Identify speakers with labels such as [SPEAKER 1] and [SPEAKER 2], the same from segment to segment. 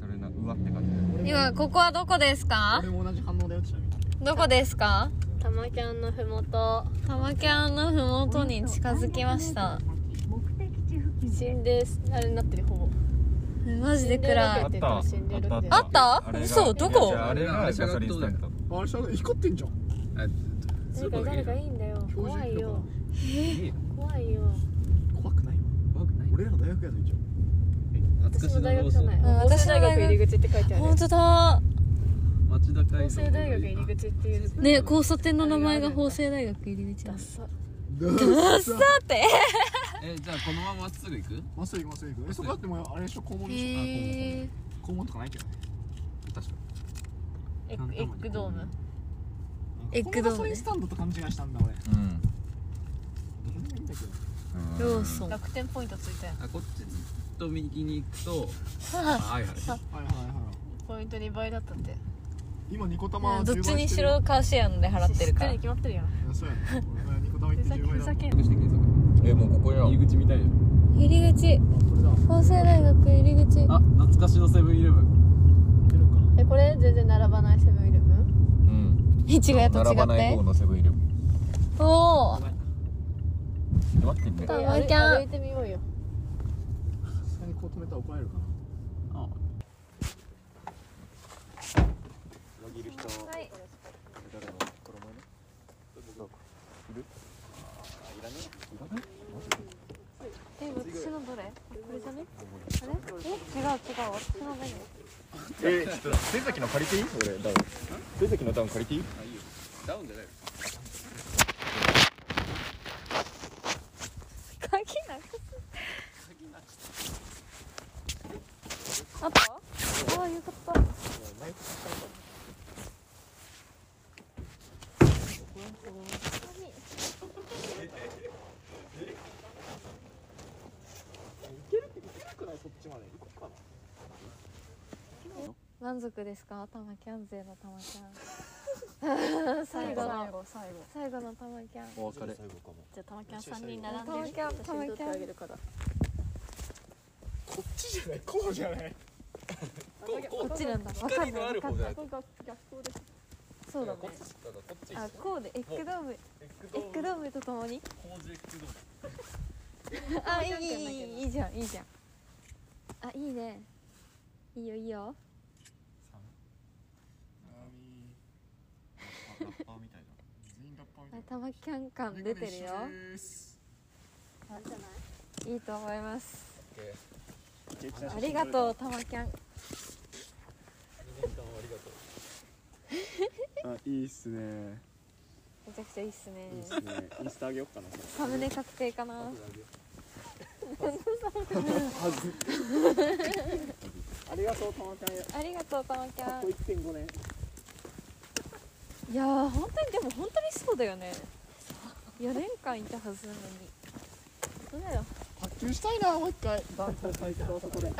[SPEAKER 1] それなうわって感じだよ
[SPEAKER 2] 今ここはどこですか
[SPEAKER 3] 俺も同じ反応だよちなみに
[SPEAKER 2] どこですか
[SPEAKER 4] 玉キャンのふもと
[SPEAKER 2] 玉キャンのふもとに近づきました
[SPEAKER 5] 目的地付近
[SPEAKER 4] 死んであれになってるほぼ
[SPEAKER 2] えマジで暗い
[SPEAKER 4] 出た死んでるって
[SPEAKER 2] あった
[SPEAKER 1] れが
[SPEAKER 2] 嘘どこ
[SPEAKER 1] いやあれがガソリンスタンド
[SPEAKER 3] あれしゃ光ってんじゃん
[SPEAKER 6] あ
[SPEAKER 4] なんか誰かいいんだよ
[SPEAKER 3] 標準
[SPEAKER 4] 怖い
[SPEAKER 3] 記録
[SPEAKER 4] よ
[SPEAKER 3] か
[SPEAKER 4] 怖いよ
[SPEAKER 3] な怖くないわ
[SPEAKER 6] 怖くない
[SPEAKER 3] 俺らの大学やぞ一応
[SPEAKER 6] 懐
[SPEAKER 4] 私
[SPEAKER 6] かし
[SPEAKER 4] の
[SPEAKER 6] の
[SPEAKER 4] 大
[SPEAKER 6] ロ
[SPEAKER 4] 学
[SPEAKER 6] ー
[SPEAKER 4] じゃ
[SPEAKER 6] ソ
[SPEAKER 4] ない
[SPEAKER 6] ン
[SPEAKER 2] うん
[SPEAKER 4] 法政大学入り口って書いてあ
[SPEAKER 2] 本
[SPEAKER 4] る
[SPEAKER 2] 当だ
[SPEAKER 6] 町田
[SPEAKER 4] 法
[SPEAKER 6] 街
[SPEAKER 4] 政大学入り口っていう
[SPEAKER 2] ね交差点の名前が法政大学入り口だ
[SPEAKER 4] ダ
[SPEAKER 2] だ
[SPEAKER 4] サ
[SPEAKER 3] うっさ
[SPEAKER 2] って
[SPEAKER 6] えじゃあこのまままっすぐ行く
[SPEAKER 3] まっすぐ行きますぐ行くえそこだってもうあれでしょ校門でし
[SPEAKER 2] へ
[SPEAKER 3] ょ校門とかないけどね
[SPEAKER 6] 確か
[SPEAKER 4] エッグエッグドーム
[SPEAKER 2] エッグドームね
[SPEAKER 3] ここがガソリンスタンドと勘違いしたんだ俺ど
[SPEAKER 1] うん
[SPEAKER 3] こでもいいんだけど
[SPEAKER 1] うん
[SPEAKER 2] ローソン
[SPEAKER 4] 楽天ポイントついたやん
[SPEAKER 6] あこっちずっと右に行く とあはいはい
[SPEAKER 3] はいはいはい
[SPEAKER 4] ポイント2倍だったって
[SPEAKER 3] 今ニコ玉
[SPEAKER 2] どっちにしろ
[SPEAKER 3] 10
[SPEAKER 2] カーシェアので払ってるか
[SPEAKER 4] 知
[SPEAKER 2] ら
[SPEAKER 4] に決まってるやん
[SPEAKER 3] 倍してるいやそうやな俺がニコ玉行っ
[SPEAKER 4] ふ
[SPEAKER 3] て
[SPEAKER 4] ざけ
[SPEAKER 3] 10
[SPEAKER 4] ふ
[SPEAKER 3] 倍だ
[SPEAKER 4] ざけん
[SPEAKER 6] 検索して検索
[SPEAKER 1] えもうここや
[SPEAKER 6] 入り口みたいじゃ
[SPEAKER 2] 入り口
[SPEAKER 3] これだ
[SPEAKER 2] 法政大学入り口
[SPEAKER 6] んあ懐かしのセブンイレブン
[SPEAKER 3] 出るか
[SPEAKER 4] えこれ全然並ばないセブンイレブン
[SPEAKER 1] うん
[SPEAKER 2] 違うと違
[SPEAKER 1] 並ば
[SPEAKER 2] っ
[SPEAKER 1] ない
[SPEAKER 2] て
[SPEAKER 1] 方のセブンイレブン
[SPEAKER 2] おお
[SPEAKER 1] 待ってね
[SPEAKER 2] 玉
[SPEAKER 4] え歩い
[SPEAKER 2] キャン
[SPEAKER 4] 歩いてみようよ
[SPEAKER 3] さすがにこう止めたら怒られるかな
[SPEAKER 6] あ
[SPEAKER 3] 裏切る人
[SPEAKER 2] はい
[SPEAKER 3] 誰の衣ねどうかいるあーいらね
[SPEAKER 2] え私のどれこれじゃねあれえ違う違う私の何
[SPEAKER 1] えちょっと水崎の借りていい俺ダウン水崎のダウン借りていい
[SPEAKER 6] あいいよダウンじゃない
[SPEAKER 2] 鍵なくすあったああよかった
[SPEAKER 3] そっちまで行こうかな
[SPEAKER 2] 満足ですか玉キャン勢の玉キャン最後の
[SPEAKER 4] 後最後
[SPEAKER 2] 最後の玉キャン
[SPEAKER 6] お別れ
[SPEAKER 3] 最後かも
[SPEAKER 4] じゃあ玉キャン三人
[SPEAKER 2] 玉
[SPEAKER 4] 並んで
[SPEAKER 2] キャン
[SPEAKER 4] 写
[SPEAKER 2] 玉
[SPEAKER 4] 真撮
[SPEAKER 2] キャ
[SPEAKER 4] ってあ
[SPEAKER 2] ン
[SPEAKER 4] げるから
[SPEAKER 3] こっちじゃないこうじゃない
[SPEAKER 6] こうこ
[SPEAKER 2] こっちなんだ分かん
[SPEAKER 6] 光
[SPEAKER 2] な
[SPEAKER 6] のあ
[SPEAKER 2] い分
[SPEAKER 6] る
[SPEAKER 2] か
[SPEAKER 6] 方
[SPEAKER 2] ん
[SPEAKER 6] じゃ
[SPEAKER 2] な
[SPEAKER 6] ないくて
[SPEAKER 2] そうだね
[SPEAKER 6] こっちだからこっち
[SPEAKER 2] あこうでエッグドームエッグドームとともに
[SPEAKER 6] 工事エッグドーム
[SPEAKER 2] あいいいいいいいいじゃんいいじゃんあいいねいいよいいよ
[SPEAKER 1] ラッパーみたいな
[SPEAKER 3] 全員ラッパーみ
[SPEAKER 2] あ玉キャン感出てるよいいと思いますありがとう玉キャン
[SPEAKER 3] あいいっすね
[SPEAKER 2] めちゃくちゃいいっすね
[SPEAKER 3] いいっすねインスタあげようかな
[SPEAKER 2] サムネ確定かな
[SPEAKER 3] はずありがとうたまちゃんや
[SPEAKER 2] ありがとう玉キャン
[SPEAKER 3] ここ1.5年
[SPEAKER 2] いやー本当にでも本当にそうだよね4年間いたはずなのにそうだよ
[SPEAKER 3] 発球したいなもう一回ダンス最高そこで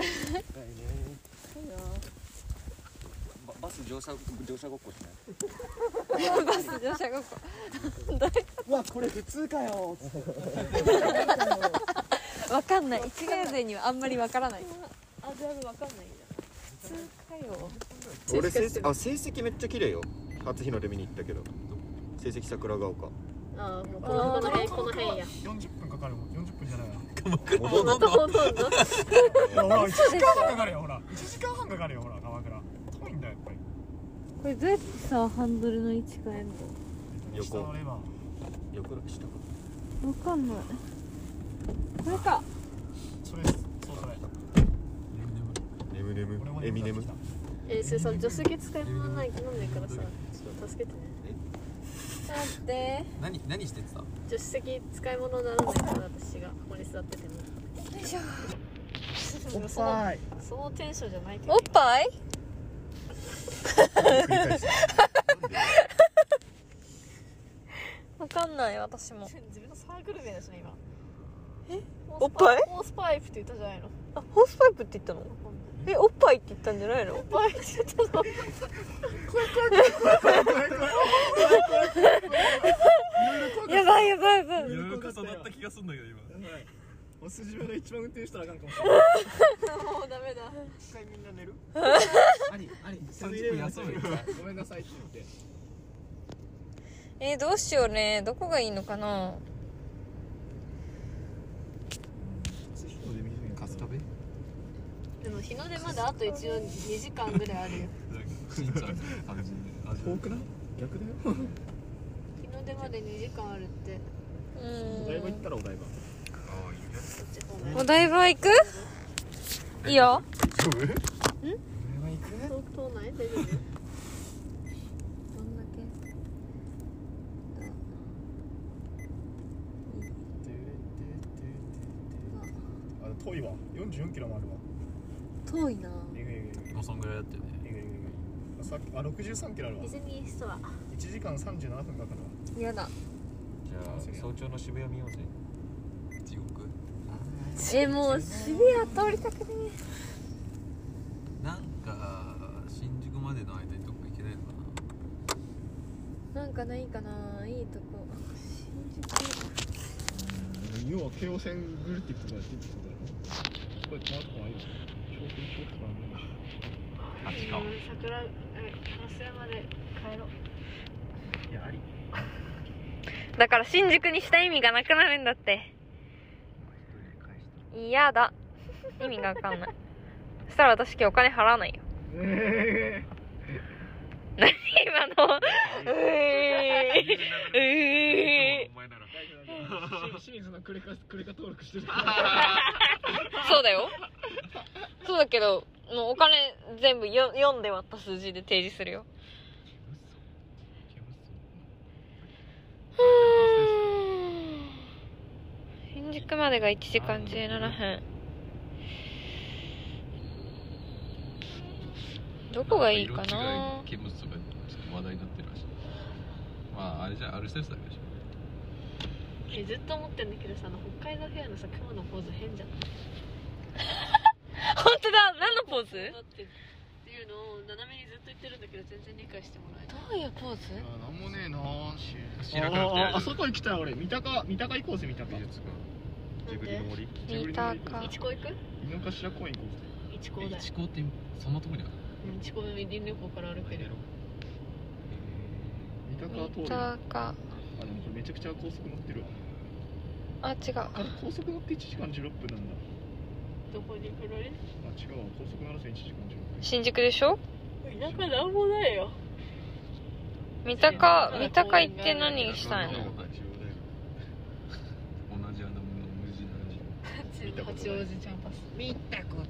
[SPEAKER 1] ババス乗車乗車ごっこしない
[SPEAKER 2] バス乗車ごっこ
[SPEAKER 3] うわこれ普通かよ
[SPEAKER 2] わかんない一年生にはあんまりわからない
[SPEAKER 4] あじゃあ分かんないよ
[SPEAKER 2] 普通かよ
[SPEAKER 1] 俺成績あ成績めっちゃ綺麗よ初日の出見に行ったけど成績桜ヶ丘
[SPEAKER 4] ああもうこの辺この辺や
[SPEAKER 3] 40分かかるもん40分じゃないわ
[SPEAKER 1] 戻る
[SPEAKER 4] ほとんど
[SPEAKER 3] 1時間半かかるよほら1時間半かかるよほら鎌倉遠いんだよやっぱり
[SPEAKER 2] これどうやってさハンドルの位置変えんの
[SPEAKER 1] 横
[SPEAKER 3] 下のレバー
[SPEAKER 1] 横の下
[SPEAKER 2] わかんないこれか
[SPEAKER 3] それですそうそれ
[SPEAKER 1] 眠眠
[SPEAKER 3] 俺も
[SPEAKER 1] エミネム
[SPEAKER 3] 眠くなってき
[SPEAKER 4] えー、それさ助手席使い物ない飲んでからさちょっと助けてね
[SPEAKER 2] 待って
[SPEAKER 6] 何何してた
[SPEAKER 4] 助手席使い物にならないから私がここに座ってても
[SPEAKER 3] たおっぱい
[SPEAKER 4] そのテンションじゃないけど
[SPEAKER 2] おっぱい
[SPEAKER 1] 繰り返して
[SPEAKER 2] わかんない私も
[SPEAKER 4] 自分のサークル名だしね今
[SPEAKER 2] おっぱい
[SPEAKER 4] ホースパイプって言ったじゃないの
[SPEAKER 2] あホースパイプって言ったのえおっぱいって言ったんじゃないの
[SPEAKER 4] おっぱいって言ったの
[SPEAKER 2] やばいやばいやばい
[SPEAKER 6] いろいろ重なった気がするんだけど今
[SPEAKER 3] おすじめが一番運転したらあかんかもしれない
[SPEAKER 4] もうダメだ
[SPEAKER 7] 一回みんな寝る
[SPEAKER 6] あり あり30分休むよごめんなさいって言って
[SPEAKER 8] えー、どうしようねどこがいいのかな
[SPEAKER 6] カスカベ
[SPEAKER 4] でも日の出まであと一応2時間ぐらいあるよ
[SPEAKER 6] しんちゃんみたいな感じで味わう
[SPEAKER 3] 遠くない逆だよ
[SPEAKER 4] 日の出まで2時間あるって
[SPEAKER 8] う
[SPEAKER 3] お台場行っ
[SPEAKER 8] ん
[SPEAKER 3] たらお台場
[SPEAKER 4] そっち方面
[SPEAKER 8] お台場行くいいよ
[SPEAKER 3] お台場行
[SPEAKER 4] 東東内
[SPEAKER 3] く
[SPEAKER 4] 大丈夫
[SPEAKER 8] どんだけ
[SPEAKER 3] あ遠いわ44キロもあるわ
[SPEAKER 8] 遠いな
[SPEAKER 3] えぐいえぐいえぐい
[SPEAKER 6] もうそんぐらいだったよね
[SPEAKER 3] えぐいえぐいえぐいあさっきあ63キロあるわ
[SPEAKER 4] ディズニーストア
[SPEAKER 3] 1時間37分かかるわ
[SPEAKER 8] 嫌だ
[SPEAKER 7] じゃあ早朝の渋谷見ようぜ
[SPEAKER 6] 地獄
[SPEAKER 8] えもう渋谷通りたくね
[SPEAKER 6] なんか新宿までの間にどっか行けないのか
[SPEAKER 8] えなんかないかないいとこ
[SPEAKER 3] 要は京王線ぐるっていくとこやってるってことだろこれ止まるとこないよ商品ショップある
[SPEAKER 6] なあ近っ
[SPEAKER 4] うん桜え完成まで帰ろう
[SPEAKER 3] いやあり
[SPEAKER 8] だから新宿にした意味がなくなるんだって嫌だ意味がわか んないそしたら私今日お金払わないよ
[SPEAKER 3] え
[SPEAKER 8] 何今のうえーうえ
[SPEAKER 6] お前なら
[SPEAKER 3] え清水のクレカクレカ登録してる
[SPEAKER 8] ーそうだ よそうだけどもうお金全部よ読んで割った数字で提示するよ新宿までが1時間17分どこがいい かな
[SPEAKER 6] 色違い見物とかちょっと話題になってるらしいまああれじゃんアルセウスだけでしょ
[SPEAKER 4] えずっと思ってんだけどさあの北海道フェアのさ雲のポーズ変じゃん
[SPEAKER 8] 本当だ何のポーズ
[SPEAKER 4] だってっていうのを斜めにずっと言ってるんだけど全然理解してもらえない
[SPEAKER 8] どういうポーズ
[SPEAKER 3] なんもねえなーし
[SPEAKER 6] 知らなくてやる
[SPEAKER 3] あそこ行きたい俺三鷹三鷹行こうぜ三鷹
[SPEAKER 6] 美術館
[SPEAKER 7] ジブリの森
[SPEAKER 8] 三鷹
[SPEAKER 4] 一高行く
[SPEAKER 3] 井の頭公園行こ
[SPEAKER 4] 一高だよ
[SPEAKER 6] え一高ってそんなとこにある
[SPEAKER 4] うん一高の臨旅行から歩けるよ
[SPEAKER 3] うぜ三鷹は通る
[SPEAKER 8] 三
[SPEAKER 3] よあ
[SPEAKER 8] 鷹
[SPEAKER 3] でもこれめちゃくちゃ高速乗ってるわ
[SPEAKER 8] あ違う
[SPEAKER 3] あれ高速乗って1時間16分なんだ
[SPEAKER 4] どこに来られる
[SPEAKER 3] あ違うわ高速なら1時間16分
[SPEAKER 8] 新宿でしょ
[SPEAKER 4] 田舎なんもないよ
[SPEAKER 8] 三鷹三鷹行って何したいの
[SPEAKER 6] 同じ穴の無地な味
[SPEAKER 7] 見たこ
[SPEAKER 4] 八王
[SPEAKER 7] とない
[SPEAKER 4] 子キャンパス見たこと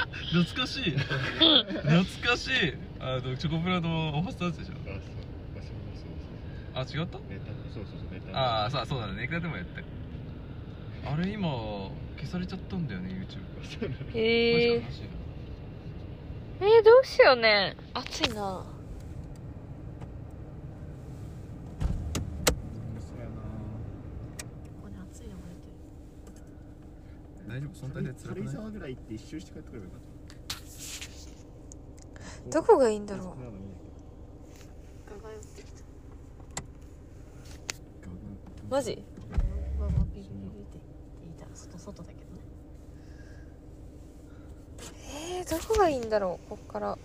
[SPEAKER 4] ない
[SPEAKER 6] 懐かしい懐かしいあのチョコプラのオファスターズでしょ
[SPEAKER 7] あそう場所もそうそう
[SPEAKER 6] あ違った
[SPEAKER 7] ネタそうそうそうネタ
[SPEAKER 6] ああさあそうだねネクラでもやってあれ今消されちゃったんだよね YouTube が
[SPEAKER 8] へえ
[SPEAKER 6] マジか
[SPEAKER 8] えー、どうしようね暑いな
[SPEAKER 3] そうやな
[SPEAKER 4] ここに暑いのが入ってる
[SPEAKER 6] 大丈夫そんなで辛く
[SPEAKER 3] 軽井
[SPEAKER 6] ない
[SPEAKER 3] 沢ぐらい行って一周して帰ってくればよかった
[SPEAKER 8] どこがいいんだ
[SPEAKER 3] 高
[SPEAKER 8] ろ
[SPEAKER 3] 速なら見えない
[SPEAKER 4] ガが寄ってきた
[SPEAKER 3] けど
[SPEAKER 8] うマ
[SPEAKER 4] ガ
[SPEAKER 8] ジ
[SPEAKER 4] がビリビリって言っていた外外だけどね
[SPEAKER 8] えー、どこがいいんだろうこっから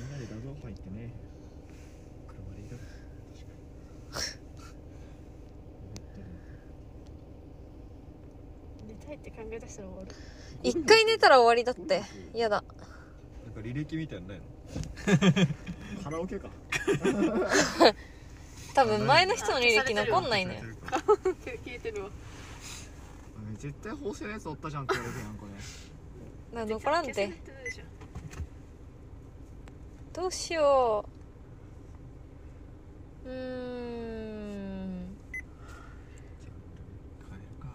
[SPEAKER 3] みんなで画像入ってね車で行ったら
[SPEAKER 4] 寝たいって考え出したら終わる
[SPEAKER 8] 一回寝たら終わりだって嫌だ
[SPEAKER 7] なんか履歴みたいなのないの
[SPEAKER 3] カラオケか
[SPEAKER 8] 多分前の人の履歴残んないのよ
[SPEAKER 4] 消えてるわ
[SPEAKER 3] 絶対法制のやつおったじゃんカラオケやんこれ
[SPEAKER 8] な残らん
[SPEAKER 4] 消せ
[SPEAKER 8] て
[SPEAKER 4] るってないでしょ
[SPEAKER 8] どうしよううーん
[SPEAKER 3] 帰るか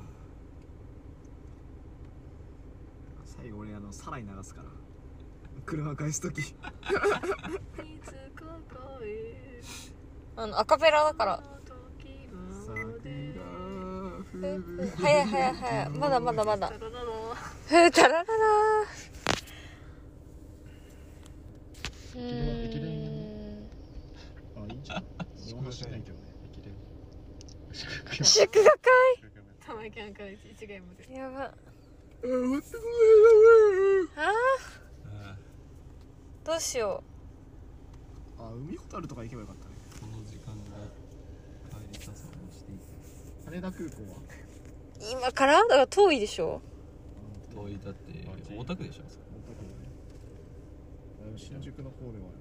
[SPEAKER 3] 最後俺あのサライ流すから車返す時
[SPEAKER 4] いつか恋
[SPEAKER 8] あのアカペラだから
[SPEAKER 4] の時まで
[SPEAKER 8] 早い早い早いまだまだまだ
[SPEAKER 4] ダダダダ
[SPEAKER 8] ふーたらららうーん
[SPEAKER 3] あいいじゃん俺もしないけどね
[SPEAKER 7] 駅伝
[SPEAKER 8] 祝賀会
[SPEAKER 7] それから
[SPEAKER 9] たまきゃんから一概まで
[SPEAKER 8] やば
[SPEAKER 3] 待って
[SPEAKER 8] あ
[SPEAKER 6] あー
[SPEAKER 8] ーどうしよ
[SPEAKER 3] あ海ホタルとか行けばよかったね
[SPEAKER 6] この時間が帰りたさをしていて
[SPEAKER 3] 羽田空港は
[SPEAKER 8] う今からだから遠いでしょ
[SPEAKER 6] 遠いだって大田区でしょそれ
[SPEAKER 3] 思ったけどねあの新宿の方ではある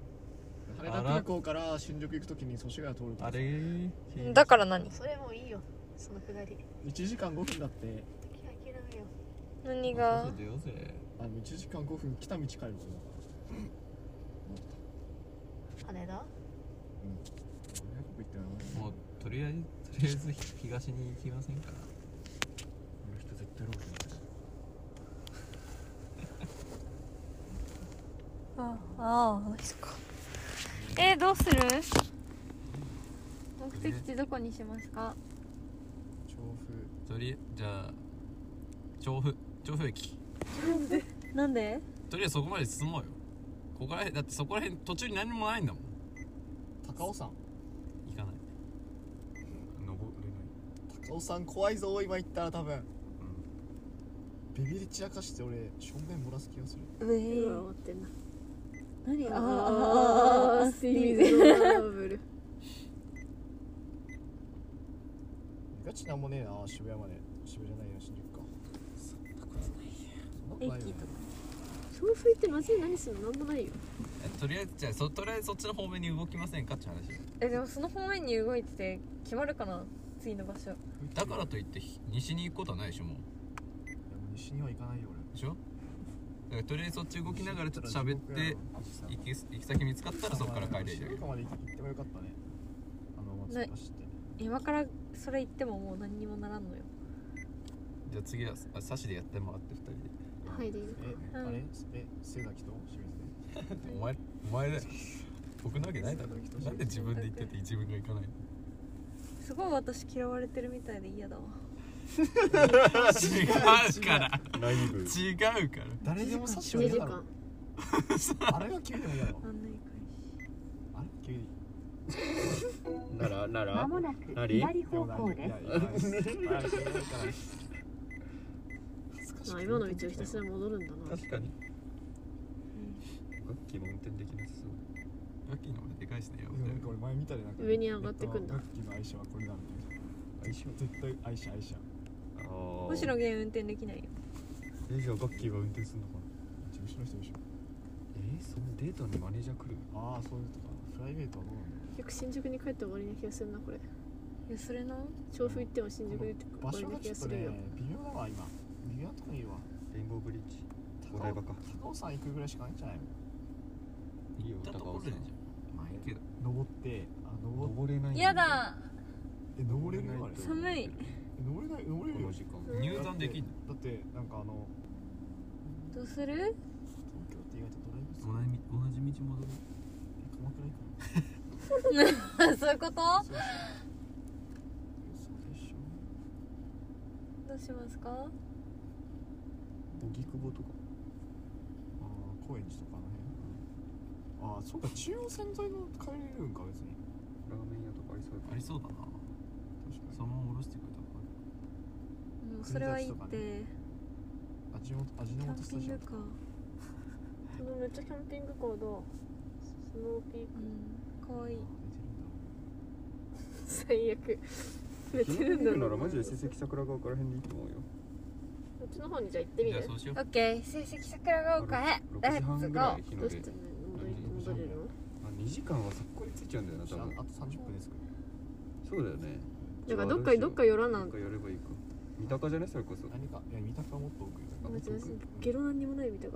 [SPEAKER 6] あら
[SPEAKER 3] 羽田空港から新宿行くときに祖師ヶ谷通る
[SPEAKER 6] あれー
[SPEAKER 8] だから何
[SPEAKER 9] それもういいよそのくだり
[SPEAKER 3] 1時間5分だって
[SPEAKER 9] 諦めよう
[SPEAKER 8] 何
[SPEAKER 6] さ
[SPEAKER 8] が
[SPEAKER 6] っさと出ようぜ
[SPEAKER 3] あの1時間5分来た道帰るぞだから
[SPEAKER 9] 羽田
[SPEAKER 3] 早く行ったよな
[SPEAKER 6] もうとりあえずとりあえず東に行きませんか
[SPEAKER 3] この人絶対ロケだよ
[SPEAKER 8] あああの人かえー、どうする目的地どこにしますか
[SPEAKER 3] 調布
[SPEAKER 6] とりじゃあ調布調布駅
[SPEAKER 8] なんで
[SPEAKER 6] とりあえずそこまで進もうよここら辺だってそこら辺途中に何もないんだもん
[SPEAKER 3] 高尾山
[SPEAKER 6] 行かない
[SPEAKER 1] 登れない
[SPEAKER 3] 高尾山怖いぞ今行ったら多分
[SPEAKER 1] う
[SPEAKER 3] ビビり散らかして俺正面漏らす気がする
[SPEAKER 8] うえ
[SPEAKER 4] うわ、ってんな。何
[SPEAKER 8] あー
[SPEAKER 4] あーあーあー、スティーブ・ノーブル。
[SPEAKER 3] ガチなんもねえな渋谷まで渋谷じゃないよ新宿かそんなことないよ
[SPEAKER 4] 駅とか。調布行ってマジで何するのなんもないよ。
[SPEAKER 6] えとりあえずじゃあそとりあえずそっちの方面に動きませんかって話
[SPEAKER 8] えでもその方面に動いてて決まるかな次の場所
[SPEAKER 6] だからといってひ西に行くことはないでしょもう
[SPEAKER 3] いやもう西には行かないよ
[SPEAKER 6] でしょだからとりあえずそっち
[SPEAKER 3] 俺
[SPEAKER 6] 動きながらちょっと喋って行き行き先見つかったらそこから帰れる
[SPEAKER 3] 静岡まで行ってもよかったねあの松
[SPEAKER 8] ね
[SPEAKER 3] 橋って
[SPEAKER 8] 今からそれ言ってももう何にもならんのよ
[SPEAKER 6] じゃあ次はあサシでやってもらって二人
[SPEAKER 4] はい、でいいの
[SPEAKER 3] え、あれえ、瀬崎と清水ね
[SPEAKER 6] でお前お前だよ僕なわけないだろなんで自分で行ってて自分が行かな いの
[SPEAKER 8] すごい私嫌われてるみたいで嫌だわ
[SPEAKER 6] 違うから
[SPEAKER 1] んライブ
[SPEAKER 6] 違うから
[SPEAKER 3] 誰でもし
[SPEAKER 4] 2時間。
[SPEAKER 3] あれが急でも嫌だろ
[SPEAKER 8] 案内開
[SPEAKER 3] あれ急に
[SPEAKER 1] ならな
[SPEAKER 10] 間
[SPEAKER 1] ら
[SPEAKER 10] もなく
[SPEAKER 1] 何
[SPEAKER 10] 左方向です。
[SPEAKER 4] まあ、今の道をひたすら戻るんだな。
[SPEAKER 1] 確かにガッキーも運転できなさそう
[SPEAKER 6] ガッキーの方がでかいしねやばい
[SPEAKER 3] なんか俺前見たでなんか
[SPEAKER 4] 上に上がってくんだ
[SPEAKER 3] ガッキーの愛車はこれなんだよ愛車絶対愛車愛車
[SPEAKER 1] あー
[SPEAKER 8] 始星野源運転できないよ
[SPEAKER 1] えじゃあガッキーが運転するのかな
[SPEAKER 3] 事務所の人でしょ
[SPEAKER 1] えそのデートにマネージャー来る
[SPEAKER 3] ああそういうとかプライベートはどうなんだ
[SPEAKER 4] よ
[SPEAKER 3] ろ
[SPEAKER 4] く新宿に帰って終わりな気がするな、これ。
[SPEAKER 8] いやそれな
[SPEAKER 4] 調布行っても新宿で
[SPEAKER 3] う
[SPEAKER 4] 終
[SPEAKER 3] 場
[SPEAKER 4] わり
[SPEAKER 3] 所
[SPEAKER 4] な
[SPEAKER 3] が
[SPEAKER 4] 気が
[SPEAKER 3] ちょっと
[SPEAKER 4] す
[SPEAKER 3] ね
[SPEAKER 4] るよ。
[SPEAKER 3] 微妙だわ今微妙なとこにいるわ
[SPEAKER 1] レインボーブリッジお台場か
[SPEAKER 3] 高尾山行くぐらいしかないんじゃないの
[SPEAKER 1] いいよ
[SPEAKER 6] 行ったところでじゃん
[SPEAKER 3] 前
[SPEAKER 6] いいけど
[SPEAKER 3] 登ってあ登っ
[SPEAKER 1] 登れない
[SPEAKER 8] 嫌だ
[SPEAKER 3] え登れるよあれ
[SPEAKER 8] 寒い
[SPEAKER 3] え登れない登れ
[SPEAKER 1] こ
[SPEAKER 3] るよ
[SPEAKER 1] の時間
[SPEAKER 4] うん
[SPEAKER 6] 入山できんの
[SPEAKER 3] だってだってなんかあの
[SPEAKER 8] どうする
[SPEAKER 3] 東京って意外とドライブす
[SPEAKER 6] 同
[SPEAKER 3] る
[SPEAKER 6] じみ同じ道戻る
[SPEAKER 3] え鎌倉行くの
[SPEAKER 8] そういうこと
[SPEAKER 3] そうそうそうでしょ
[SPEAKER 8] どうしますか
[SPEAKER 1] 荻窪とか
[SPEAKER 3] ああ高円寺とかあの辺ああそうか中央線沿いの帰れるんか別に
[SPEAKER 1] ラーメン屋とかありそうだ
[SPEAKER 6] ありそうだな
[SPEAKER 3] 確かに
[SPEAKER 6] そのまま下ろしてくれたら
[SPEAKER 8] もうそれはいいって
[SPEAKER 3] 味の味
[SPEAKER 8] キャ
[SPEAKER 3] の
[SPEAKER 8] ン
[SPEAKER 3] 素ス
[SPEAKER 8] ピ
[SPEAKER 3] タ
[SPEAKER 8] ン
[SPEAKER 3] ジア
[SPEAKER 8] グ
[SPEAKER 3] ム
[SPEAKER 8] カー
[SPEAKER 4] そのめっちゃキャンピングカーだ。スノーピーク。
[SPEAKER 8] うんかわいい
[SPEAKER 4] 最悪。寝
[SPEAKER 1] 気
[SPEAKER 4] て
[SPEAKER 1] に
[SPEAKER 4] る
[SPEAKER 1] な
[SPEAKER 4] んだ
[SPEAKER 1] るな
[SPEAKER 4] ろう
[SPEAKER 1] ら
[SPEAKER 4] な
[SPEAKER 1] マジで成績桜川から辺でいいと思うよ
[SPEAKER 4] こっちの方にじゃあ行ってみ
[SPEAKER 6] じゃあ
[SPEAKER 4] る
[SPEAKER 6] そうしよ
[SPEAKER 8] オッケー成績桜ヶ丘へレ
[SPEAKER 1] 6時
[SPEAKER 8] ッツ
[SPEAKER 1] 半ぐ
[SPEAKER 8] ゴ
[SPEAKER 1] ら
[SPEAKER 8] ー
[SPEAKER 1] い日
[SPEAKER 4] ど
[SPEAKER 1] の
[SPEAKER 4] うし
[SPEAKER 1] 出
[SPEAKER 4] て戻り戻れるの
[SPEAKER 1] あ2時間はそこに着いちゃうんだよな
[SPEAKER 3] あ
[SPEAKER 1] 多分
[SPEAKER 3] と30分ですか
[SPEAKER 1] そうだよね
[SPEAKER 4] だからどっかにどっか寄らな
[SPEAKER 1] なんかやればいいか三鷹じゃないそれこそ
[SPEAKER 3] 何かいや見たかもっと奥
[SPEAKER 1] あ
[SPEAKER 4] 別
[SPEAKER 1] 本
[SPEAKER 4] にゲロなんにもないみたいな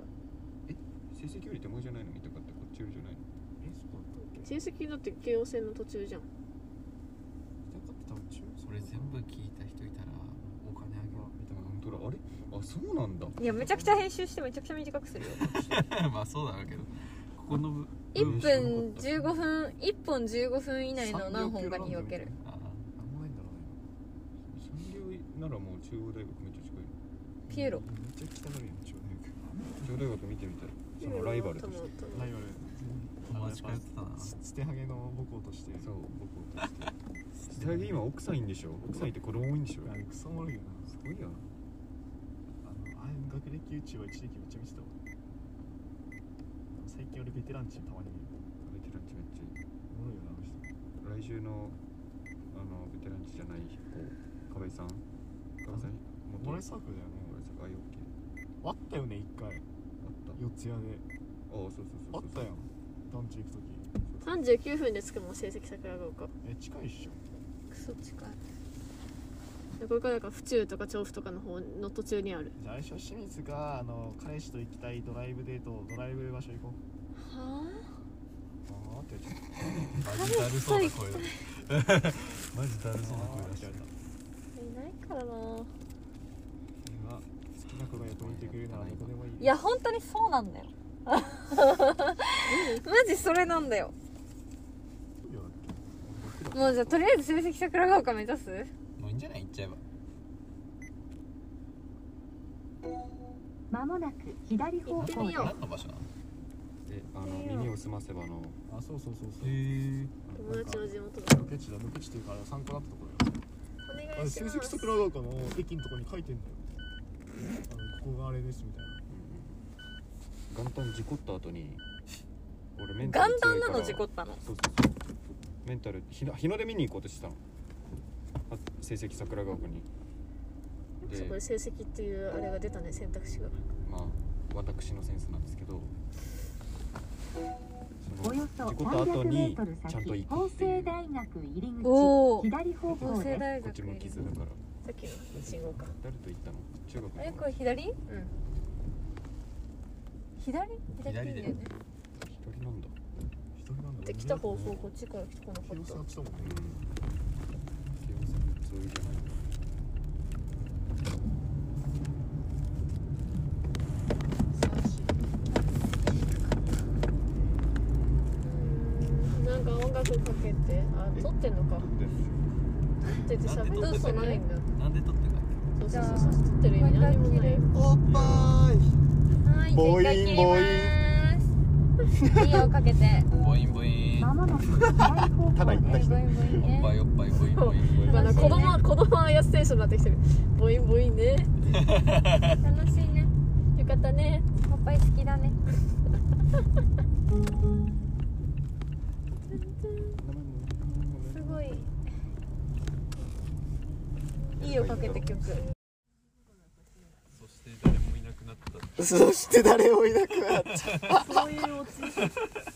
[SPEAKER 1] 成績より手前じゃないの三鷹ってこっちよりじゃないの
[SPEAKER 3] えそうだったっけ
[SPEAKER 4] 親戚だって京王線の途中じゃん
[SPEAKER 3] 三鷹って多分中央
[SPEAKER 6] う
[SPEAKER 3] 線
[SPEAKER 6] それ全部聞いた人いたらお金あげ
[SPEAKER 3] あ見た
[SPEAKER 1] あ
[SPEAKER 3] かも
[SPEAKER 1] 本当だあれあそうなんだ
[SPEAKER 8] いやめちゃくちゃ編集してめちゃくちゃ短くするよ
[SPEAKER 6] る まあそうだろうけどここの部
[SPEAKER 8] 1分15分1本15分以内の何本かに分ける
[SPEAKER 6] あ
[SPEAKER 3] なんもないんだろうね
[SPEAKER 1] 産業ならもう中央大学めっちゃ近いの
[SPEAKER 8] ピエロ
[SPEAKER 3] めっちゃ汚いよ中
[SPEAKER 1] 中央
[SPEAKER 3] 央大学
[SPEAKER 1] 大学見てみたいそのライバルとして
[SPEAKER 3] ライバル
[SPEAKER 6] 友達からやってたな
[SPEAKER 3] 捨てはげの母校として
[SPEAKER 1] そう僕をとして下着今奥さんいんでしょ奥さんいて子供多いんでしょ
[SPEAKER 3] あれクソおもろいよなごいよなあのああいう学歴 YouTuber 一時期めっちゃ見てたわ最近俺ベテランチたまに見る
[SPEAKER 1] ベテランチめっちゃいい
[SPEAKER 3] おもろいよなあの人
[SPEAKER 1] 来週のあのベテランチじゃない方壁井さん壁井さん
[SPEAKER 3] おも
[SPEAKER 1] 元
[SPEAKER 3] ろいサークルだよね
[SPEAKER 1] 俺さあよっけ
[SPEAKER 3] あったよね一回
[SPEAKER 1] あった
[SPEAKER 3] 四ツ谷で
[SPEAKER 1] あそうそうそう
[SPEAKER 3] あっ
[SPEAKER 1] そう
[SPEAKER 3] たやん団地行く時
[SPEAKER 4] 39分で着くもん成績桜ヶ丘
[SPEAKER 3] え近いっしょ
[SPEAKER 4] クソ近いこれからだから府中とか調布とかの方の途中にある
[SPEAKER 3] じゃあ来週は清水があの彼氏と行きたいドライブデートドライブ場所行こう
[SPEAKER 4] は
[SPEAKER 3] あーって言われちゃったマジだるそうな声だマジだるそうな声出しちゃった
[SPEAKER 4] あいないからな
[SPEAKER 3] 今好きな子が横にいてくれるならどこでもいい
[SPEAKER 2] いや本当にそうなんだよマジそれなんだよ
[SPEAKER 3] いいよだって
[SPEAKER 2] もうじゃあとりあえず成績桜ヶ丘目指す
[SPEAKER 6] もういいんじゃない行っちゃえば
[SPEAKER 11] まもなく左方
[SPEAKER 4] 行って
[SPEAKER 11] 向
[SPEAKER 4] みよう
[SPEAKER 6] 何の場所なの
[SPEAKER 1] えあの耳を澄ませばの
[SPEAKER 3] あそうそうそうそう
[SPEAKER 6] え
[SPEAKER 4] 友達の地元だ
[SPEAKER 3] ロケ地だロケ地っていうから参考だったところよ
[SPEAKER 4] お願いし
[SPEAKER 3] あれ
[SPEAKER 4] ます
[SPEAKER 3] 成績桜川丘の駅のとこに書いてんだよあのここがあれですみたいな
[SPEAKER 1] 元旦事故った後に俺メンタ
[SPEAKER 2] 元
[SPEAKER 1] ル強
[SPEAKER 2] 旦
[SPEAKER 1] い
[SPEAKER 2] な
[SPEAKER 1] から
[SPEAKER 2] の事故ったの
[SPEAKER 1] そうそうそうメンタル日の日の出見に行こうとしてたのあ成績桜川区にで
[SPEAKER 4] そこで成績っていうあれが出たね選択肢が
[SPEAKER 1] まあ私のセンスなんですけど
[SPEAKER 11] お
[SPEAKER 1] その
[SPEAKER 11] よそ
[SPEAKER 1] 事故った後
[SPEAKER 11] 300メー
[SPEAKER 1] に
[SPEAKER 11] トル
[SPEAKER 1] ちゃんと
[SPEAKER 11] 先
[SPEAKER 1] 行
[SPEAKER 11] 法
[SPEAKER 1] くって
[SPEAKER 11] 政
[SPEAKER 1] いう
[SPEAKER 11] 大学入り
[SPEAKER 2] お
[SPEAKER 11] 口
[SPEAKER 2] ー
[SPEAKER 11] 左方
[SPEAKER 2] 法
[SPEAKER 11] 向
[SPEAKER 2] 政
[SPEAKER 11] です
[SPEAKER 1] こ
[SPEAKER 2] 大
[SPEAKER 1] っ
[SPEAKER 2] 学
[SPEAKER 1] ち向きずだから
[SPEAKER 4] さっきの信号か
[SPEAKER 1] 誰と行ったの中学の
[SPEAKER 2] あれ
[SPEAKER 1] 頃
[SPEAKER 2] これ左うん左左
[SPEAKER 6] 左
[SPEAKER 2] でい
[SPEAKER 6] で
[SPEAKER 2] いんだよね
[SPEAKER 1] 一人なんだ
[SPEAKER 3] 一人なんだ
[SPEAKER 4] で来た方向こっちから来てこなか
[SPEAKER 3] 広
[SPEAKER 4] った
[SPEAKER 3] さ来たもんね
[SPEAKER 1] うん慶応さんそういうじゃないの
[SPEAKER 4] うーんなんか音楽かけてあ撮ってんのか撮ってて喋ることないんだ
[SPEAKER 6] ー、なんで撮ってんだっ
[SPEAKER 4] そうそうそうそう撮ってる意味何もない
[SPEAKER 3] おっぱーい
[SPEAKER 2] はい
[SPEAKER 1] ボイン
[SPEAKER 2] 一回切り ますいいよかけて
[SPEAKER 6] けボインボイン
[SPEAKER 11] まもなく左方
[SPEAKER 1] ただ
[SPEAKER 11] 向
[SPEAKER 1] 行った
[SPEAKER 11] です
[SPEAKER 1] 人
[SPEAKER 2] ボインボインね
[SPEAKER 6] おっぱいおっぱいボインボインボイン
[SPEAKER 4] まあな子供は子供はやつテンションになってきてるボインボインね
[SPEAKER 2] 楽しいね
[SPEAKER 4] よかったね
[SPEAKER 2] おっぱい好きだねすごい
[SPEAKER 4] いいよかけて曲
[SPEAKER 6] そして誰もいなくなった
[SPEAKER 3] そして誰もいなくなっ
[SPEAKER 4] そういうオチ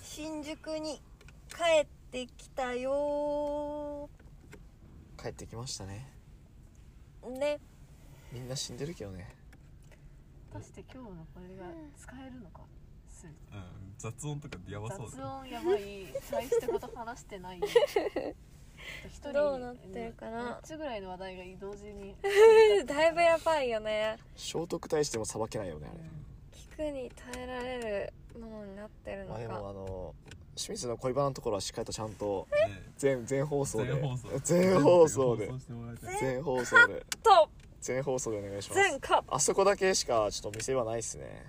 [SPEAKER 8] 新宿に帰ってきたよ
[SPEAKER 12] 帰ってきましたね
[SPEAKER 8] ね
[SPEAKER 12] みんな死んでるけどね
[SPEAKER 13] 果たして今日のこれが使えるのかす
[SPEAKER 6] うん雑音とかやばそうだ
[SPEAKER 13] 雑音やばい大したこと話してない 一人
[SPEAKER 8] どうなってるかな
[SPEAKER 13] 3つぐらいの話題が同時に
[SPEAKER 8] だいぶやばいよね
[SPEAKER 12] 聖徳太子でもさばけないよねあれ、
[SPEAKER 8] 聞くに耐えられるものになってるの
[SPEAKER 12] まあでも
[SPEAKER 8] か
[SPEAKER 12] あの清水の恋バナのところはしっかりとちゃんと
[SPEAKER 6] ね
[SPEAKER 12] 全全放送で
[SPEAKER 6] 全放送
[SPEAKER 12] 全放送で
[SPEAKER 6] 全してもらいたい
[SPEAKER 12] 全放送で
[SPEAKER 8] と
[SPEAKER 12] 全放送でお願いします
[SPEAKER 8] 全カッ
[SPEAKER 12] あそこだけしかちょっと見せ場ないっすね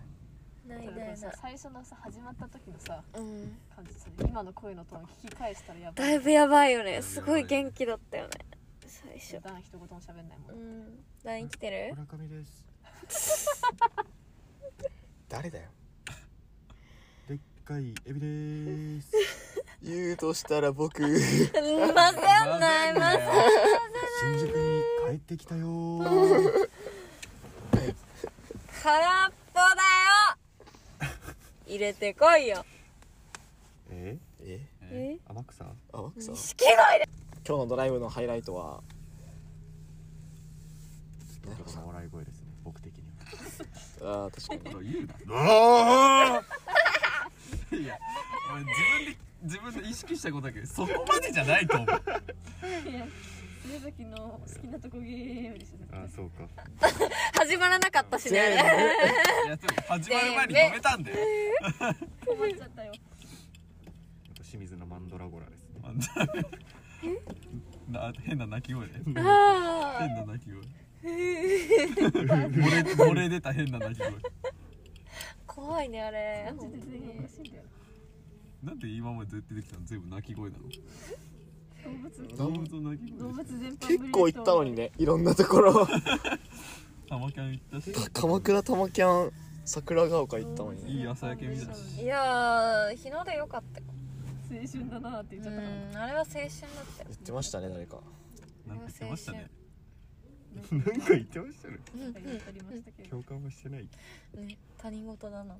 [SPEAKER 8] プない
[SPEAKER 13] だ
[SPEAKER 8] な
[SPEAKER 13] から
[SPEAKER 8] いな
[SPEAKER 13] さ
[SPEAKER 8] い
[SPEAKER 13] 最初のさ始まった時のさ
[SPEAKER 8] うん
[SPEAKER 13] 感じさ今の声のトーン聞き返したらやばい
[SPEAKER 8] だいぶやばいよねすごい元気だったよね最初
[SPEAKER 13] 普段一言も喋んないも
[SPEAKER 8] うんん LINE 来てる
[SPEAKER 1] 村上です
[SPEAKER 12] 誰だよ
[SPEAKER 1] でっかいエビです
[SPEAKER 12] 言うとしたら僕
[SPEAKER 8] 混ぜんない混ぜんない
[SPEAKER 1] 新宿に帰ってきたよ
[SPEAKER 8] 空っぽだよ 入れてこいよ
[SPEAKER 1] え
[SPEAKER 12] え
[SPEAKER 8] え
[SPEAKER 1] 天草
[SPEAKER 12] あマックさん
[SPEAKER 8] 錦鯉
[SPEAKER 12] 今日のドライブのハイライトは
[SPEAKER 1] 東京の笑い声ですね僕的には
[SPEAKER 12] あー確かに
[SPEAKER 6] そう言うなおいや俺自分で自分で意識したことだけどそこまでじゃないと思う
[SPEAKER 13] 鈴崎の好きなとこゲームしな
[SPEAKER 1] あそうか
[SPEAKER 8] 始まらなかったしね
[SPEAKER 6] いやでも始まる前に止めたんだよ
[SPEAKER 13] 困っちゃったよ
[SPEAKER 1] 清水のマンドラゴラですね
[SPEAKER 6] あんたな変な鳴き声で変
[SPEAKER 8] あー
[SPEAKER 6] な鳴き声漏れ漏れ出た変な鳴き声
[SPEAKER 8] 怖いねあれ本当に
[SPEAKER 6] なんで今までどうやってできたの全部鳴き声なの
[SPEAKER 13] 動物
[SPEAKER 3] 動物
[SPEAKER 6] の鳴き
[SPEAKER 13] 動物全般
[SPEAKER 3] 結構行ったのにねいろんなところ
[SPEAKER 6] 玉キャン行ったし
[SPEAKER 3] 鎌倉玉キャン桜ヶ丘行ったのにね
[SPEAKER 6] いい朝焼け見たし
[SPEAKER 8] いやー日の出良かったよ
[SPEAKER 13] 青春だなって言っち
[SPEAKER 8] う
[SPEAKER 13] ゃったから
[SPEAKER 8] んあれは青春だったよ
[SPEAKER 3] 言ってましたね誰か
[SPEAKER 6] なんか言ってましたね
[SPEAKER 3] なんか言ってましたね
[SPEAKER 8] うん
[SPEAKER 13] 当たりましたけど
[SPEAKER 1] 共感はしてない
[SPEAKER 8] うんね他人事だな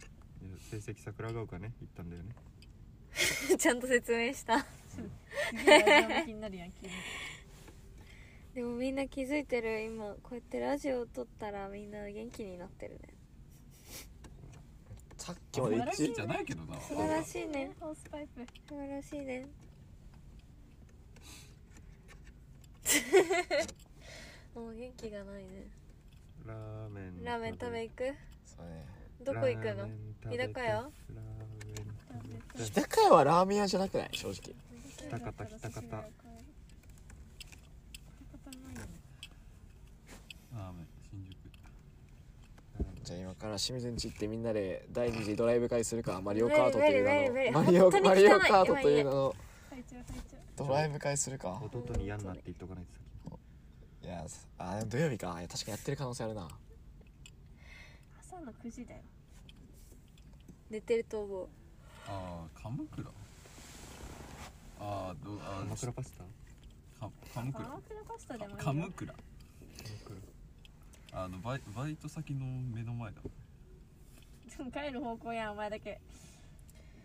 [SPEAKER 1] 成績桜ヶ丘ね行ったんだよね
[SPEAKER 8] ちゃんと説明した
[SPEAKER 13] 次のラジオも気になるやん急に
[SPEAKER 8] でもみんな気づいてる今こうやってラジオを撮ったらみんな元気になってるね
[SPEAKER 3] さっきまで
[SPEAKER 13] 素晴らし
[SPEAKER 3] 一
[SPEAKER 13] い
[SPEAKER 6] じゃないけどな
[SPEAKER 8] 素晴らしいね
[SPEAKER 13] ホースパイプ
[SPEAKER 8] 素晴らしいねもう元気がないね
[SPEAKER 1] ラーメン
[SPEAKER 8] ラーメン食べ行く
[SPEAKER 3] そうね
[SPEAKER 8] どこ行くの
[SPEAKER 1] ラーメン食べた
[SPEAKER 8] 居酒屋
[SPEAKER 1] ラーメン食べ
[SPEAKER 3] 日高屋はラーメン屋じゃなくない正直
[SPEAKER 1] たひたかたひたかた
[SPEAKER 13] ひたかたうまいよね
[SPEAKER 6] ラーメン新宿
[SPEAKER 3] じゃあ今から清水んち行ってみんなで第二次ドライブ会するかマリオカートという
[SPEAKER 8] 無理無理無理
[SPEAKER 3] 名の
[SPEAKER 8] 無
[SPEAKER 3] マ
[SPEAKER 8] 理
[SPEAKER 3] リオ
[SPEAKER 8] 本当に汚い
[SPEAKER 3] マリオカートという名の
[SPEAKER 13] 入っちゃう入っちゃう
[SPEAKER 3] ドライブ会するか
[SPEAKER 1] 弟に嫌になって言っとかないと先
[SPEAKER 3] いやあでも土曜日かいや確かにやってる可能性あるな
[SPEAKER 13] 朝の9時だよ
[SPEAKER 8] 寝てると思う
[SPEAKER 6] ああ鎌倉ああどうあ
[SPEAKER 1] 鎌
[SPEAKER 6] ー
[SPEAKER 1] 倉パスタ
[SPEAKER 6] か鎌倉
[SPEAKER 13] 鎌倉パスタでもいいよ
[SPEAKER 6] 鎌倉あのバイバイト先の目の前だ
[SPEAKER 13] でも帰る方向やんお前だけ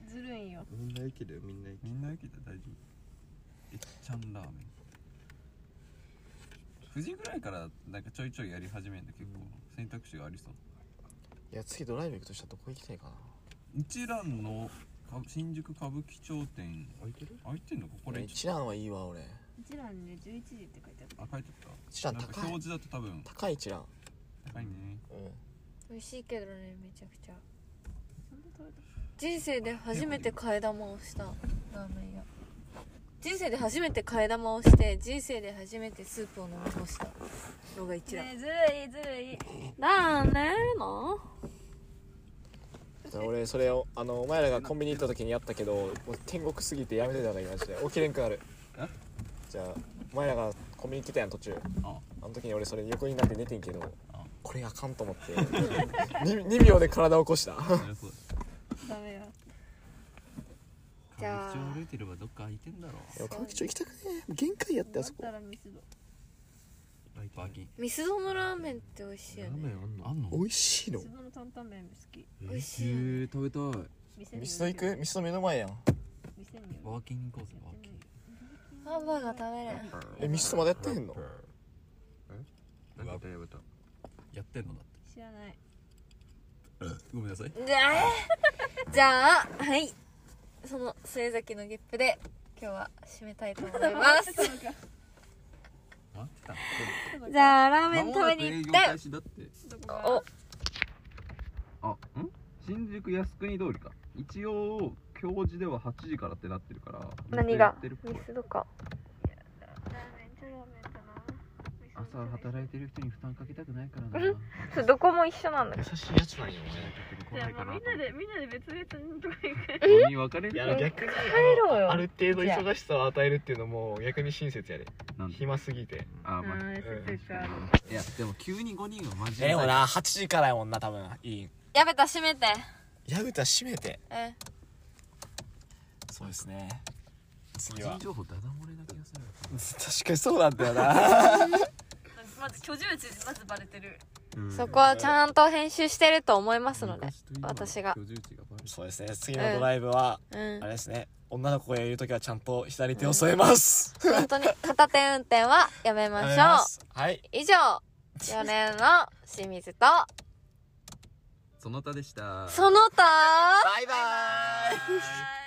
[SPEAKER 13] ずるいんよ
[SPEAKER 1] みんな駅だよみんな駅
[SPEAKER 6] みんな駅で大丈夫えっちゃんラーメン9時ぐらいからなんかちょいちょいやり始めるんだ結構選択肢がありそう
[SPEAKER 3] いや次ドライブ行くとしたらどこ行きたいかな
[SPEAKER 6] 一蘭のか新宿歌舞伎町店
[SPEAKER 1] 空いてる
[SPEAKER 6] 開いてんのかこ
[SPEAKER 3] い
[SPEAKER 6] れ
[SPEAKER 3] や一蘭はいいわ俺
[SPEAKER 13] 一覧ね11時って書いてあ
[SPEAKER 6] あ
[SPEAKER 13] る
[SPEAKER 6] 書いてあっ
[SPEAKER 3] 一
[SPEAKER 6] た
[SPEAKER 3] 蘭
[SPEAKER 6] なんか
[SPEAKER 3] 高い
[SPEAKER 6] 表示だと多分
[SPEAKER 3] 高い一蘭
[SPEAKER 6] 高いね
[SPEAKER 3] う
[SPEAKER 8] 美
[SPEAKER 3] ん
[SPEAKER 8] 味しいけどねめちゃくちゃ
[SPEAKER 13] そんな遠い
[SPEAKER 8] 人生で初めて替え玉をしたラーメン屋人生で初めて替え玉をして人生で初めてスープを飲み干したのが一
[SPEAKER 13] とこ
[SPEAKER 8] 覧
[SPEAKER 13] ねえずるいずるい
[SPEAKER 8] ラーメンの
[SPEAKER 3] じゃあ俺それをあのお前らがコンビニ行った時にやったけどもう天国すぎてやめてたからマジで起きれんくなる
[SPEAKER 6] え
[SPEAKER 3] じゃあお前らがコンビニ行ってたやん途中
[SPEAKER 6] あ
[SPEAKER 3] あの時に俺それ横になって寝てんけど
[SPEAKER 6] あ
[SPEAKER 3] これあかんと思って 2, 秒で体起こした
[SPEAKER 6] そりゃそう
[SPEAKER 13] ダメよ
[SPEAKER 8] じゃあ
[SPEAKER 6] 歌舞伎町歩いてればどっか空いてんだろ
[SPEAKER 3] でも歌舞伎町行きたくねえ限界やってあそこ
[SPEAKER 13] だったらミスド
[SPEAKER 1] 空いて
[SPEAKER 6] バ
[SPEAKER 1] な
[SPEAKER 6] ー
[SPEAKER 1] い
[SPEAKER 6] キン
[SPEAKER 8] ミスドのラーメンって美味しいよ
[SPEAKER 1] ラー
[SPEAKER 8] ね
[SPEAKER 1] メンあんの
[SPEAKER 6] あんの
[SPEAKER 3] 美味しいの
[SPEAKER 13] ミスドの担々麺好き
[SPEAKER 8] 美味しいよね
[SPEAKER 6] えー食べたい
[SPEAKER 13] 店に
[SPEAKER 3] ミスド行くミスド目の前やん
[SPEAKER 13] 店に
[SPEAKER 6] ワーキングコースワーキング
[SPEAKER 8] ハンバーガー食べれん
[SPEAKER 3] えミスドまだやってへんの
[SPEAKER 1] なんかやめた
[SPEAKER 6] やってんのだっ
[SPEAKER 13] 知らない
[SPEAKER 6] てごめんなさい
[SPEAKER 8] じゃあじゃあはいその末崎のゲップで今日は締めたいと思います
[SPEAKER 6] 待って た
[SPEAKER 8] じゃあラーメ
[SPEAKER 6] 間
[SPEAKER 8] ン
[SPEAKER 6] も
[SPEAKER 8] 食
[SPEAKER 6] な
[SPEAKER 8] べ
[SPEAKER 6] く
[SPEAKER 8] に
[SPEAKER 6] 営
[SPEAKER 8] 行
[SPEAKER 6] 業
[SPEAKER 8] ったよ
[SPEAKER 6] 開始だって
[SPEAKER 13] どこ
[SPEAKER 8] お
[SPEAKER 13] が
[SPEAKER 6] あん新宿靖国通りか一応教授では8時からってなってるから
[SPEAKER 8] 何が
[SPEAKER 6] 店やってるっぽい
[SPEAKER 8] スドか
[SPEAKER 6] 朝働いてる人に負担かけたくないからな
[SPEAKER 8] それどこも一緒なんだ
[SPEAKER 3] 優しいやつなんよ
[SPEAKER 14] じゃあもうみんなでみんなで別々のとこ行く
[SPEAKER 6] 5人分かれる
[SPEAKER 3] い
[SPEAKER 6] か
[SPEAKER 3] や
[SPEAKER 6] ら
[SPEAKER 3] 逆に
[SPEAKER 8] ろうよ
[SPEAKER 3] ある程度忙しさを与えるっていうのも逆に親切やで
[SPEAKER 6] なんで
[SPEAKER 3] 暇すぎて
[SPEAKER 6] あまあ
[SPEAKER 3] うん
[SPEAKER 6] いやでも急に5人はマジ
[SPEAKER 3] でもな8時からやもんな多分いい
[SPEAKER 8] やべた閉めて
[SPEAKER 3] 矢蓋閉めて
[SPEAKER 8] うん
[SPEAKER 3] そうですね次
[SPEAKER 6] 個
[SPEAKER 3] は
[SPEAKER 6] 人情報ダダ漏れな気がする
[SPEAKER 3] 確かにそうなんだよな
[SPEAKER 13] まず居住地まずバレてる
[SPEAKER 8] そこはちゃんと編集してると思いますので
[SPEAKER 6] 昔と今の
[SPEAKER 8] 私が
[SPEAKER 6] 居住地がバレる
[SPEAKER 3] そうですね次のドライブは、
[SPEAKER 8] うん
[SPEAKER 3] あれですね女の子がいる時はちゃんと左手を添えます、
[SPEAKER 8] 本当に片手運転はやめましょ
[SPEAKER 3] はい、
[SPEAKER 8] う以上4年の清水と
[SPEAKER 6] その他でした
[SPEAKER 8] その他
[SPEAKER 3] バイバイ
[SPEAKER 8] バイバイ